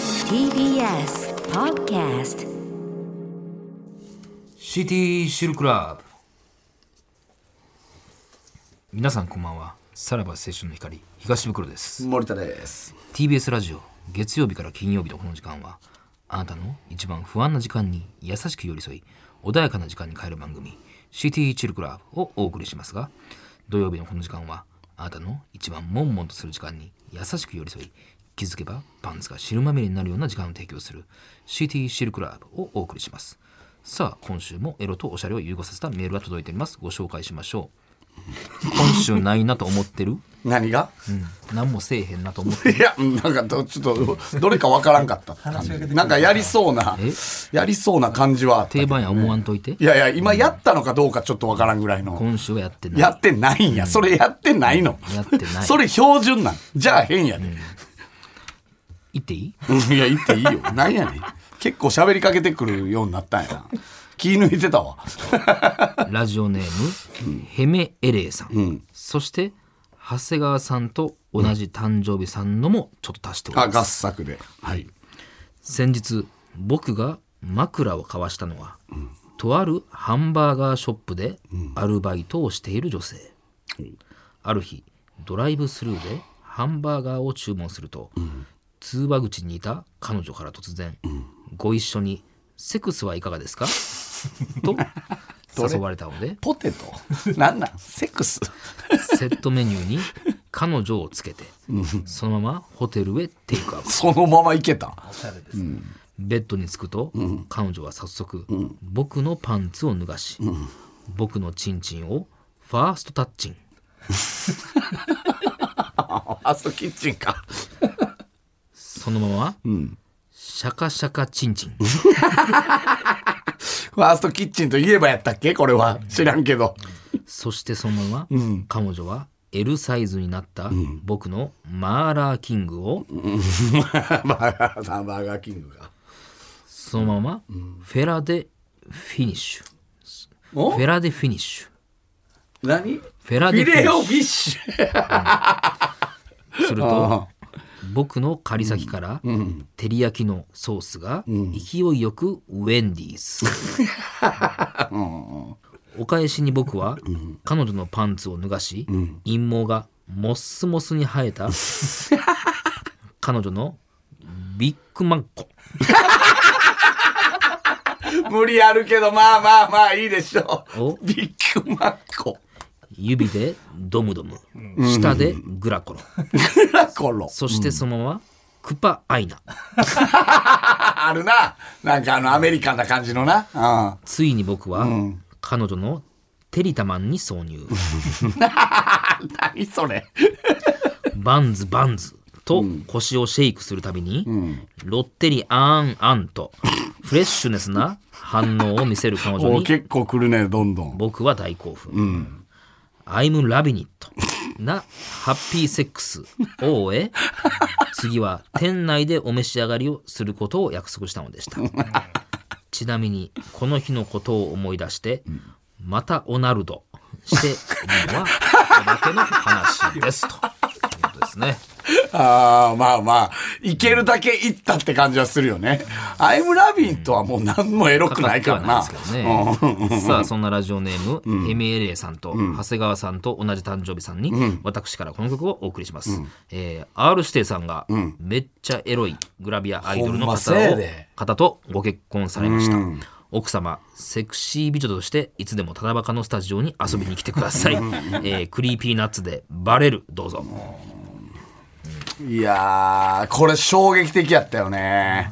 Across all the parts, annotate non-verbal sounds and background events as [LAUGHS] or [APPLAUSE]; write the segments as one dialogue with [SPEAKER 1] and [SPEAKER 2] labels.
[SPEAKER 1] TBS Podcast
[SPEAKER 2] シティシルクラブ皆さんこんばんはさらば青春の光東袋です
[SPEAKER 3] 森田です。
[SPEAKER 2] TBS ラジオ月曜日から金曜日のこの時間はあなたの一番不安な時間に優しく寄り添い穏やかな時間に変える番組「シティチルクラブ」をお送りしますが土曜日のこの時間はあなたの一番悶々とする時間に優しく寄り添い気づけばパンツが汁まみれになるような時間を提供する「シティシルクラブ」をお送りしますさあ今週もエロとおしゃれを融合させたメールが届いておりますご紹介しましょう今週ないなと思ってる、
[SPEAKER 3] 何が？
[SPEAKER 2] うん、何もせえへんなと思ってる
[SPEAKER 3] いやなんかどちょっとどれかわからんかったって感じ。なんかやりそうな
[SPEAKER 2] え
[SPEAKER 3] やりそうな感じはあったけ
[SPEAKER 2] 定
[SPEAKER 3] ど。
[SPEAKER 2] 番や思わんといて
[SPEAKER 3] いやいや今やったのかどうかちょっとわからんぐらいの。
[SPEAKER 2] 今週はやってない。
[SPEAKER 3] やってないんや。それやってないの。
[SPEAKER 2] やってない
[SPEAKER 3] それ標準なん。じゃあ変やで。
[SPEAKER 2] 言っていい
[SPEAKER 3] うんいや言っていいよ。なんやねん。結構喋りかけてくるようになったんやな。気抜いてたわ。
[SPEAKER 2] ラジオネーム、ヘメエレイさん。そして、長谷川さんと同じ誕生日さんのもちょっと足しており
[SPEAKER 3] あ
[SPEAKER 2] ます。
[SPEAKER 3] 合作で。はい。
[SPEAKER 2] 先日、僕が枕を交わしたのは、とあるハンバーガーショップでアルバイトをしている女性。ある日、ドライブスルーでハンバーガーを注文すると、通話口にいた彼女から突然、ご一緒に、セックスはいかがですかと誘われたので、
[SPEAKER 3] ポテト。なんなん？セックス。
[SPEAKER 2] セットメニューに彼女をつけて、そのままホテルへテイクアウト。
[SPEAKER 3] そのままいけた。
[SPEAKER 2] ベッドに着くと、彼女は早速、僕のパンツを脱がし、僕のチンチンをファーストタッチン。
[SPEAKER 3] ファーストキッチンか。
[SPEAKER 2] そのまま、シャカシャカチンチン。
[SPEAKER 3] ファーストキッチンといえばやったっけこれは。知らんけど。
[SPEAKER 2] そしてそのまま、彼女は L サイズになった僕のマーラーキングを
[SPEAKER 3] [LAUGHS] バーガーさん、バーガーキングが。
[SPEAKER 2] そのままフェラでフィニッシュ。
[SPEAKER 3] お
[SPEAKER 2] フェラでフィニッシュ。
[SPEAKER 3] 何フ
[SPEAKER 2] フェラで
[SPEAKER 3] ィ
[SPEAKER 2] フィニッ
[SPEAKER 3] レ
[SPEAKER 2] シ
[SPEAKER 3] オ
[SPEAKER 2] ュ
[SPEAKER 3] フィッシュ。
[SPEAKER 2] すると、僕の仮先から、照り焼きのソースが勢いよくウェンディーズ、お返しに僕は、彼女のパンツを脱がし、陰毛がモッスモスに生えた [LAUGHS] 彼女のビッグマンコ
[SPEAKER 3] 無理あるけど、まあまあまあいいでしょ
[SPEAKER 2] お
[SPEAKER 3] う。ビッグマッコ。
[SPEAKER 2] 指でドムドム舌でグラコロ
[SPEAKER 3] グラコロ。
[SPEAKER 2] そしてそのままクパアイナ
[SPEAKER 3] ああるな。なんかあの、アメリカンな感じのな。う
[SPEAKER 2] ついに僕は、彼女のテリタマンに挿入
[SPEAKER 3] ん。何それ。
[SPEAKER 2] バンズバンズと腰をシェイクするたびに、ロッテリアーンアン
[SPEAKER 3] [LAUGHS]
[SPEAKER 2] とフレッシュネスな反応を見せる彼女
[SPEAKER 3] お
[SPEAKER 2] に
[SPEAKER 3] 結構来るね、どんどん。
[SPEAKER 2] 僕は大興奮、アイムラビニットなハッピーセックスを終
[SPEAKER 3] [LAUGHS]
[SPEAKER 2] え次は店内でお召し上がりをすることを約束したので
[SPEAKER 3] [LAUGHS]
[SPEAKER 2] したちなみにこの日のことを思い出して、またオナルドして今はおまけの話
[SPEAKER 3] [LAUGHS]
[SPEAKER 2] ですということですね
[SPEAKER 3] ああ、まあまあ、いけるだけいったって感じはするよね。アイムラビットはもう何もエロくないからな。
[SPEAKER 2] かかってはないですけどね。さあ、そんなラジオネーム、ヘメエレイさんと、長谷川さんと同じ誕生日さんに、私からこの曲をお送りします。えー R 指定さんが、めっちゃエロいグラビアアイドルの
[SPEAKER 3] ほんま
[SPEAKER 2] 方
[SPEAKER 3] せい
[SPEAKER 2] を
[SPEAKER 3] で、
[SPEAKER 2] 方とご結婚されました。奥様セクシー美女としていつでもただバカのスタジオに遊びに来てください、えークリーピーナッツでバレるどうぞ
[SPEAKER 3] いやー、これ衝撃的やったよね。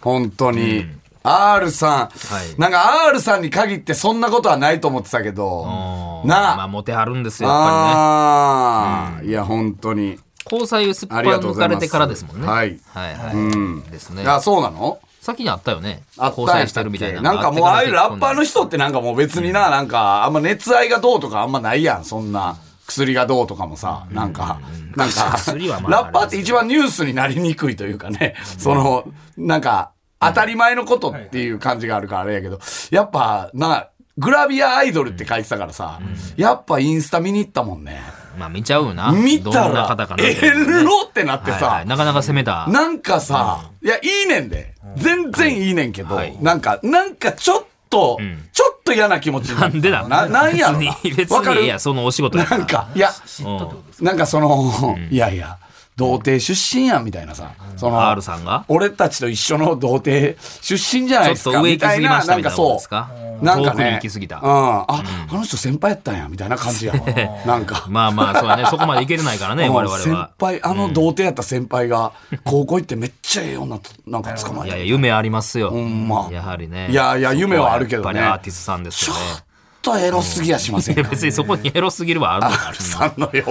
[SPEAKER 3] 本当に。R さん、
[SPEAKER 2] はい
[SPEAKER 3] なんか R さんに限ってそんなことはないと思ってたけど、な
[SPEAKER 2] まあ
[SPEAKER 3] あ、
[SPEAKER 2] モテはるんですよやっぱりね
[SPEAKER 3] あーいや、本当に。
[SPEAKER 2] 交際をすっぱ
[SPEAKER 3] ありがとう
[SPEAKER 2] 抜
[SPEAKER 3] ござ
[SPEAKER 2] か
[SPEAKER 3] います
[SPEAKER 2] れてからですもんね
[SPEAKER 3] はい
[SPEAKER 2] はいはいですね
[SPEAKER 3] あ、そうなの
[SPEAKER 2] 先にあったよね。
[SPEAKER 3] あった
[SPEAKER 2] 交
[SPEAKER 3] んや
[SPEAKER 2] 際
[SPEAKER 3] っ
[SPEAKER 2] して
[SPEAKER 3] たっ
[SPEAKER 2] るみた
[SPEAKER 3] け
[SPEAKER 2] いな。
[SPEAKER 3] なんかもうああいうラッパーの
[SPEAKER 2] 人。
[SPEAKER 3] 人ってなんかもう別にな、なんかあんま熱愛がどうとかあんまないやん、そんな。薬がどうとかもさ、なんか、なんか、
[SPEAKER 2] 薬はまあ
[SPEAKER 3] ラッパーって一番ニュースになりにくいというかね、その、なんか、当たり前のことっていう感じがあるからあれやけど、やっぱ、な、グラビアアイドルって書いてたからさ、やっぱインスタ見に行ったもんね。
[SPEAKER 2] まあ見ちゃうよな
[SPEAKER 3] 見た
[SPEAKER 2] どんな
[SPEAKER 3] ら
[SPEAKER 2] 方か、な
[SPEAKER 3] えろってなって
[SPEAKER 2] はいは
[SPEAKER 3] さ
[SPEAKER 2] い、なかなか攻めた
[SPEAKER 3] なんかさ、いや、いいねんで。全然いいねんけど
[SPEAKER 2] はい、
[SPEAKER 3] なんか、なんかちょっと、ちょっと嫌な気持ちに
[SPEAKER 2] な
[SPEAKER 3] る
[SPEAKER 2] んでだ
[SPEAKER 3] な、なんやろな
[SPEAKER 2] 別に別
[SPEAKER 3] わか
[SPEAKER 2] に
[SPEAKER 3] る
[SPEAKER 2] いやそのお仕事や
[SPEAKER 3] なんか、いや、
[SPEAKER 2] うん
[SPEAKER 3] なんかその、いやいや、童貞出身やんみたいなさ、その、
[SPEAKER 2] R さんが
[SPEAKER 3] 俺たちと一緒の童貞出身じゃないです
[SPEAKER 2] ちょ
[SPEAKER 3] か
[SPEAKER 2] っと上
[SPEAKER 3] み
[SPEAKER 2] 行き
[SPEAKER 3] た
[SPEAKER 2] 過
[SPEAKER 3] い
[SPEAKER 2] ぎま
[SPEAKER 3] な
[SPEAKER 2] した
[SPEAKER 3] なん
[SPEAKER 2] みた
[SPEAKER 3] か
[SPEAKER 2] いなこと
[SPEAKER 3] そ
[SPEAKER 2] ですか
[SPEAKER 3] うなんか
[SPEAKER 2] 遠くに
[SPEAKER 3] ね
[SPEAKER 2] 行き過ぎた
[SPEAKER 3] うんああの人先輩やったんやみたいな感
[SPEAKER 2] [LAUGHS]
[SPEAKER 3] じやんなんか
[SPEAKER 2] まあまあそう
[SPEAKER 3] [LAUGHS]
[SPEAKER 2] だねそこまでいけてないからね
[SPEAKER 3] うん
[SPEAKER 2] 我々
[SPEAKER 3] 先
[SPEAKER 2] は
[SPEAKER 3] 輩あの童貞やった先輩が高校行ってめっちゃええ女となんか捕ま
[SPEAKER 2] い
[SPEAKER 3] え
[SPEAKER 2] やいや
[SPEAKER 3] て
[SPEAKER 2] 夢ありますよ
[SPEAKER 3] んま
[SPEAKER 2] やはりね
[SPEAKER 3] いやいや夢はあるけど
[SPEAKER 2] そ
[SPEAKER 3] ね
[SPEAKER 2] こやっぱりアーティストさんです
[SPEAKER 3] ちょ
[SPEAKER 2] よね
[SPEAKER 3] っとエロすぎやしません
[SPEAKER 2] いや
[SPEAKER 3] か
[SPEAKER 2] 別にそこにエロすぎるはあるのか
[SPEAKER 3] さんの嫁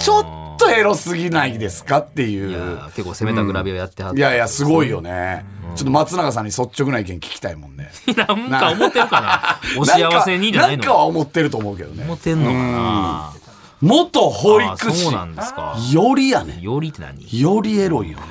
[SPEAKER 3] ちょっとエロすぎないですかっていう
[SPEAKER 2] いや結構攻めたグラビアやってはっ
[SPEAKER 3] い
[SPEAKER 2] て
[SPEAKER 3] やいやすごいよねちょっと松永さんに率直な意見聞きたいもんね
[SPEAKER 2] なんか思ってる
[SPEAKER 3] [LAUGHS]
[SPEAKER 2] かな [LAUGHS] お幸せにじゃない
[SPEAKER 3] ん
[SPEAKER 2] の
[SPEAKER 3] かんかは思ってると思うけどね
[SPEAKER 2] 思ってんのかな
[SPEAKER 3] 元保
[SPEAKER 2] あ
[SPEAKER 3] 育士
[SPEAKER 2] そうなんですか
[SPEAKER 3] よりやね
[SPEAKER 2] よりって何い
[SPEAKER 3] よりエロいよね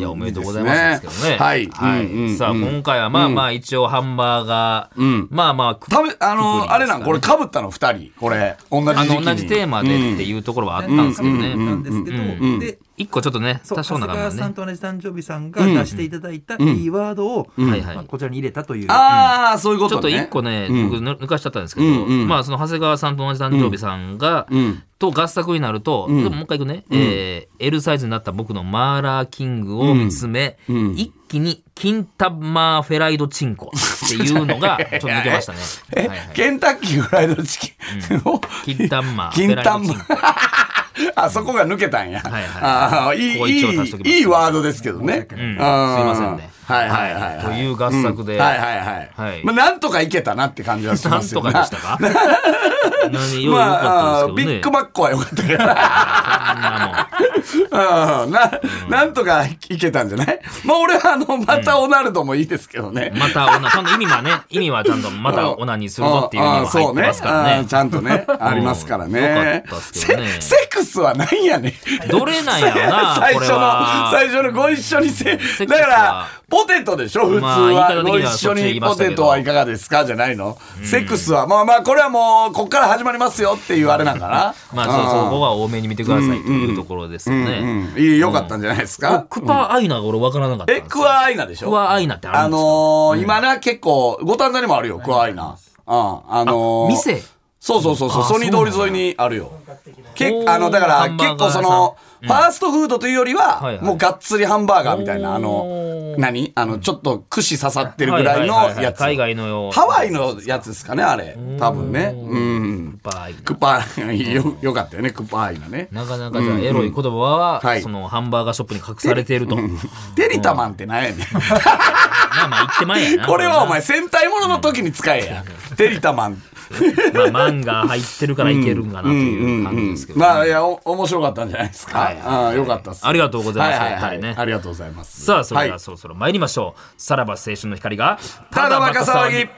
[SPEAKER 2] やおめでとうございます
[SPEAKER 3] いい
[SPEAKER 2] で
[SPEAKER 3] ですす
[SPEAKER 2] けど
[SPEAKER 3] ね
[SPEAKER 2] ね
[SPEAKER 3] はいうんうんうん
[SPEAKER 2] さあ今回はまあまあ一応ハンバーガーまあまあく
[SPEAKER 3] たぶあのあれなんこれかぶったの二人これ同じ
[SPEAKER 2] あ
[SPEAKER 3] 時期
[SPEAKER 2] の
[SPEAKER 3] に
[SPEAKER 2] 同じテーマでっていうところはあったんですけどね
[SPEAKER 4] なんですけど、で、
[SPEAKER 2] 一個ちょっとね
[SPEAKER 4] そう
[SPEAKER 2] 多
[SPEAKER 4] 長
[SPEAKER 2] 少
[SPEAKER 4] 谷
[SPEAKER 2] なが
[SPEAKER 4] 川
[SPEAKER 2] ら
[SPEAKER 4] さ
[SPEAKER 2] ね
[SPEAKER 4] んと同じ誕生日さんが出していただいたいいワードを、
[SPEAKER 2] はいはい
[SPEAKER 4] まあこちらに入れたという。
[SPEAKER 3] ああそういうこ
[SPEAKER 2] ちょ
[SPEAKER 3] と
[SPEAKER 2] っと
[SPEAKER 3] ね
[SPEAKER 2] 一個ね、僕ぬ抜かしちゃったんですけど、まあその長谷川さんと同じ誕生日さんが、と合作になると、でももう一回いくね、えー L サイズになった僕のマーラーキングを見つめ、一気に金玉フェライドチンコっていうの
[SPEAKER 3] [LAUGHS]
[SPEAKER 2] がちょっと抜けましたね。
[SPEAKER 3] え
[SPEAKER 2] はいはい
[SPEAKER 3] ケンタッキーフライドチキンを
[SPEAKER 2] 金玉フ
[SPEAKER 3] 金
[SPEAKER 2] ェライドチ
[SPEAKER 3] 玉
[SPEAKER 2] ンコ。
[SPEAKER 3] [LAUGHS] あそこが抜けたんや
[SPEAKER 2] はいはい
[SPEAKER 3] ああいい
[SPEAKER 2] ここ一応足しときます
[SPEAKER 3] いいいいワードですけどねすい
[SPEAKER 2] すいませんね。
[SPEAKER 3] はいはいはいはい
[SPEAKER 2] という合作で、
[SPEAKER 3] はいはいはい、
[SPEAKER 2] はい
[SPEAKER 3] まあなんとかいけたなって感じはし
[SPEAKER 2] な
[SPEAKER 3] ま
[SPEAKER 2] ん
[SPEAKER 3] す
[SPEAKER 2] と
[SPEAKER 3] よ
[SPEAKER 2] かでしたか何よ良
[SPEAKER 3] ま
[SPEAKER 2] か
[SPEAKER 3] あ
[SPEAKER 2] ったんですけど
[SPEAKER 3] ビ
[SPEAKER 2] ね。
[SPEAKER 3] ッグマックは良かったけ
[SPEAKER 2] [LAUGHS]
[SPEAKER 3] ど
[SPEAKER 2] あんなもん
[SPEAKER 3] うんな、なんとかいけたんじゃないまあ俺はあの、またオナルドもいいですけどね。
[SPEAKER 2] またオナ、ちゃんと意味はね、意味はちゃんとまたオナにするぞっていう意味は入ってますから
[SPEAKER 3] あ
[SPEAKER 2] ね
[SPEAKER 3] ー。ちゃんとね、ありますからね。
[SPEAKER 2] よかったっすけどね
[SPEAKER 3] セセックスはなんやねん。
[SPEAKER 2] どれなんやろな、
[SPEAKER 3] [LAUGHS] 最
[SPEAKER 2] これ
[SPEAKER 3] 初の、
[SPEAKER 2] は。
[SPEAKER 3] 最初のご一緒にせ、
[SPEAKER 2] セッ
[SPEAKER 3] だ
[SPEAKER 2] クスは
[SPEAKER 3] から、ポテトでしょ普通
[SPEAKER 2] まあ
[SPEAKER 3] は。
[SPEAKER 2] 言い方
[SPEAKER 3] ご
[SPEAKER 2] 的に
[SPEAKER 3] 一
[SPEAKER 2] はそ
[SPEAKER 3] 緒
[SPEAKER 2] っちで言
[SPEAKER 3] に
[SPEAKER 2] いま
[SPEAKER 3] ポ
[SPEAKER 2] したけど
[SPEAKER 3] テトはいかがですかじゃないのセックスは、まあまあ、これはもう、こっから始まりますよっていうあれなんかな。
[SPEAKER 2] まあ、そうそこは多めに見てくださいというところですよ
[SPEAKER 3] うん
[SPEAKER 2] ね。
[SPEAKER 3] いい、良かったんじゃないですか
[SPEAKER 2] クパアイナが俺分からなかったん
[SPEAKER 3] え、
[SPEAKER 2] です
[SPEAKER 3] ク
[SPEAKER 2] よ。
[SPEAKER 3] ワアイナでしょ
[SPEAKER 2] クワアイナってある
[SPEAKER 3] あ
[SPEAKER 2] んで
[SPEAKER 3] の
[SPEAKER 2] すか
[SPEAKER 3] ー今な、結構、五反田にもあるよ、クワアイナ。うん、あのー
[SPEAKER 2] 店
[SPEAKER 3] そうそうそうそう、
[SPEAKER 2] あ
[SPEAKER 3] ソニー通り沿いにあるよ。け
[SPEAKER 2] おー
[SPEAKER 3] あの、だか
[SPEAKER 2] ハ
[SPEAKER 3] ら、
[SPEAKER 2] ンバ
[SPEAKER 3] 結
[SPEAKER 2] ーガー
[SPEAKER 3] 構
[SPEAKER 2] 屋さ
[SPEAKER 3] そ
[SPEAKER 2] ん
[SPEAKER 3] の、ファーストフードというより
[SPEAKER 2] はい
[SPEAKER 3] は、
[SPEAKER 2] はい
[SPEAKER 3] もうがっつりハンバーガーみたいな、あ
[SPEAKER 2] お
[SPEAKER 3] の
[SPEAKER 2] ー、
[SPEAKER 3] 何あの、ちょっと串刺さってるぐら
[SPEAKER 2] はいは
[SPEAKER 3] い
[SPEAKER 2] いは
[SPEAKER 3] の
[SPEAKER 2] いは
[SPEAKER 3] や
[SPEAKER 2] い
[SPEAKER 3] つ。
[SPEAKER 2] 海外のよう。
[SPEAKER 3] ハワイのやつですかね、あれ。多分ね。うん。
[SPEAKER 2] クパアイナ
[SPEAKER 3] クッパ、 [LAUGHS] よ、よかったよね、クッパアイナね。
[SPEAKER 2] なかなかじゃあエロい言葉は
[SPEAKER 3] は、い
[SPEAKER 2] そのハンバーガーショップに隠されていると。ま
[SPEAKER 3] テリタマンって何やねん。
[SPEAKER 2] あまあ言ってまえやな。
[SPEAKER 3] [LAUGHS] これはお前、戦隊ものの時に使え
[SPEAKER 2] [LAUGHS]
[SPEAKER 3] や。テリタマン。
[SPEAKER 2] まあ
[SPEAKER 3] [LAUGHS]
[SPEAKER 2] 漫画入ってるからいけるんかなという感じですけどね。
[SPEAKER 3] まあいやお面白かったんじゃないですか。
[SPEAKER 2] はいはいはい
[SPEAKER 3] ああよかったです。
[SPEAKER 2] ありがとうございます
[SPEAKER 3] はい
[SPEAKER 2] お
[SPEAKER 3] はい
[SPEAKER 2] 二
[SPEAKER 3] は
[SPEAKER 2] 人
[SPEAKER 3] い
[SPEAKER 2] ね
[SPEAKER 3] ありがとうございます。
[SPEAKER 2] さあそれでは
[SPEAKER 3] はい
[SPEAKER 2] そろそろ参りましょう、さらば青春の光が
[SPEAKER 3] ただバカ騒ぎ。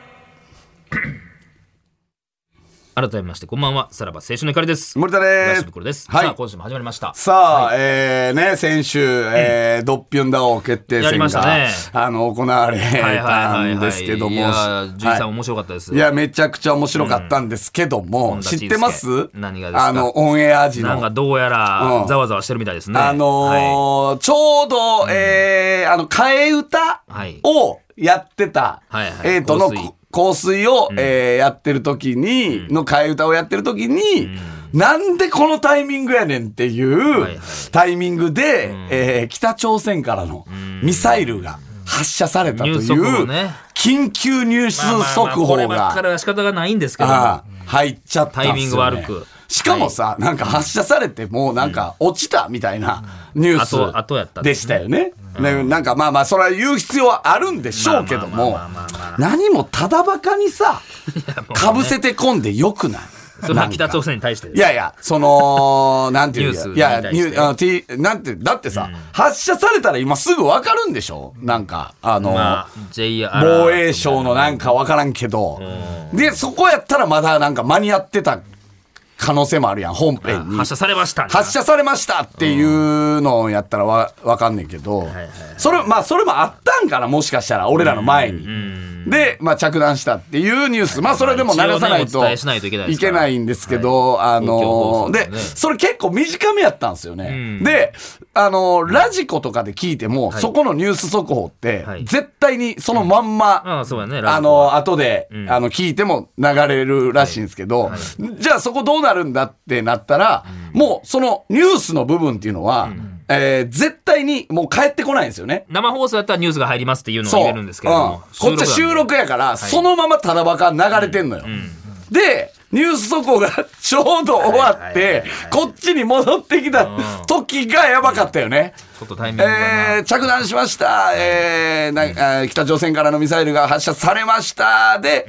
[SPEAKER 2] 改めましてこんばんはさらば青春の光です
[SPEAKER 3] 森田
[SPEAKER 2] 東
[SPEAKER 3] です。
[SPEAKER 2] 袋です、
[SPEAKER 3] はい
[SPEAKER 2] さあ今週も始まりました
[SPEAKER 3] さあ、えー、ね、先週、えー、ドッピュンダオ決定
[SPEAKER 2] やり
[SPEAKER 3] 戦
[SPEAKER 2] ました
[SPEAKER 3] が、
[SPEAKER 2] ね
[SPEAKER 3] あの、行われ
[SPEAKER 2] はい
[SPEAKER 3] たんですけど
[SPEAKER 2] い
[SPEAKER 3] も、
[SPEAKER 2] や
[SPEAKER 3] は
[SPEAKER 2] ー
[SPEAKER 3] い
[SPEAKER 2] ジュイさん面白かったです、
[SPEAKER 3] いや、めちゃくちゃ面白かったんですけども、
[SPEAKER 2] うん
[SPEAKER 3] 知ってます
[SPEAKER 2] 何がですか
[SPEAKER 3] あの、オンエア時の。
[SPEAKER 2] なんかどうやら
[SPEAKER 3] うん
[SPEAKER 2] ざわざわしてるみたいですね、
[SPEAKER 3] あの
[SPEAKER 2] はい
[SPEAKER 3] ーちょうど、えー、あの、替え歌
[SPEAKER 2] はい
[SPEAKER 3] をやってた、
[SPEAKER 2] はいはい
[SPEAKER 3] えーとの
[SPEAKER 2] 香水
[SPEAKER 3] 香水を、えーやってる時に、の替え歌をやってる時に、なんでこのタイミングやねんっていう、
[SPEAKER 2] はいはい
[SPEAKER 3] タイミングで、えー北朝鮮からのミサイルが発射されたとい
[SPEAKER 2] 入速報
[SPEAKER 3] う、
[SPEAKER 2] ね
[SPEAKER 3] 緊急入手
[SPEAKER 2] まあまあまあ
[SPEAKER 3] 速
[SPEAKER 2] こ
[SPEAKER 3] 報
[SPEAKER 2] ればっか
[SPEAKER 3] が、
[SPEAKER 2] りは仕方がないんですけど
[SPEAKER 3] ああ入っちゃったんすよ、ね。
[SPEAKER 2] タイミング悪く
[SPEAKER 3] しかもさ、なんか発射されて、もうなんか落ちたみたいなニュース
[SPEAKER 2] あとあとやったん
[SPEAKER 3] で
[SPEAKER 2] で
[SPEAKER 3] し
[SPEAKER 2] す
[SPEAKER 3] たよね。ねなんかまあまあ、それは言う必要はあるんでしょうけども
[SPEAKER 2] まあまあまあまあまあまあ、
[SPEAKER 3] 何もただバカ
[SPEAKER 2] [LAUGHS]
[SPEAKER 3] にさ、
[SPEAKER 2] もうね
[SPEAKER 3] かぶせてこんでよくない
[SPEAKER 2] それ
[SPEAKER 3] な
[SPEAKER 2] は
[SPEAKER 3] んか
[SPEAKER 2] 北朝鮮に対してです
[SPEAKER 3] いやいや、その、 [LAUGHS] なんていう
[SPEAKER 2] ニュース
[SPEAKER 3] いや、
[SPEAKER 2] に対
[SPEAKER 3] ニ
[SPEAKER 2] して
[SPEAKER 3] ューあの T なんて、だってさ、発射されたら今すぐわかるんでしょなんか、あの、
[SPEAKER 2] まあ JR
[SPEAKER 3] 防衛省のなんかわからんけど、で、そこやったらまだなんか間に合ってた可能性もあるやん、本編に。
[SPEAKER 2] 発射されましたね
[SPEAKER 3] 発射されましたっていうのをやったらわわかんねんけど
[SPEAKER 2] はいはい、
[SPEAKER 3] それ、まあそれもあったんかな、もしかしたら、俺らの前に。で、まあ、着弾したっていうニュース、まあ、それでも流さない
[SPEAKER 2] 一応ねお
[SPEAKER 3] と
[SPEAKER 2] 伝えしないといけないですから
[SPEAKER 3] ないんですけど、
[SPEAKER 2] はい
[SPEAKER 3] あのー
[SPEAKER 2] 公共放送
[SPEAKER 3] で
[SPEAKER 2] ですね
[SPEAKER 3] それ結構短めやったんですよね、
[SPEAKER 2] うん
[SPEAKER 3] であのーラジコとかで聞いても、
[SPEAKER 2] はい
[SPEAKER 3] そこのニュース速報って、
[SPEAKER 2] はい
[SPEAKER 3] 絶対にそのまんま、
[SPEAKER 2] ああ、そうやね。ラ
[SPEAKER 3] あ
[SPEAKER 2] ジコは
[SPEAKER 3] の、後で、
[SPEAKER 2] うん
[SPEAKER 3] あの、聞いても流れるらしいんですけど、
[SPEAKER 2] はい
[SPEAKER 3] じゃあそこどうなるんだってなったら、もうそのニュースの部分っていうのは、えー絶対にもう帰ってこないんですよね。
[SPEAKER 2] 生放送やったらニュースが入りますっていうのを
[SPEAKER 3] そう。
[SPEAKER 2] 入
[SPEAKER 3] う
[SPEAKER 2] れるんですけれども
[SPEAKER 3] ん。こっちは収
[SPEAKER 2] なんで
[SPEAKER 3] 録やから、そのままただばか流れてんのよ。で、ニュース速報が [LAUGHS] ちょうど終わ
[SPEAKER 2] はいは
[SPEAKER 3] っ
[SPEAKER 2] いはい
[SPEAKER 3] て
[SPEAKER 2] はい、
[SPEAKER 3] こっちに戻ってきた
[SPEAKER 2] うん
[SPEAKER 3] 時がやばかったよね。
[SPEAKER 2] ちょっとタイミングがな。
[SPEAKER 3] えー着弾しました、えーなあー北朝鮮からのミサイルが発射されましたで、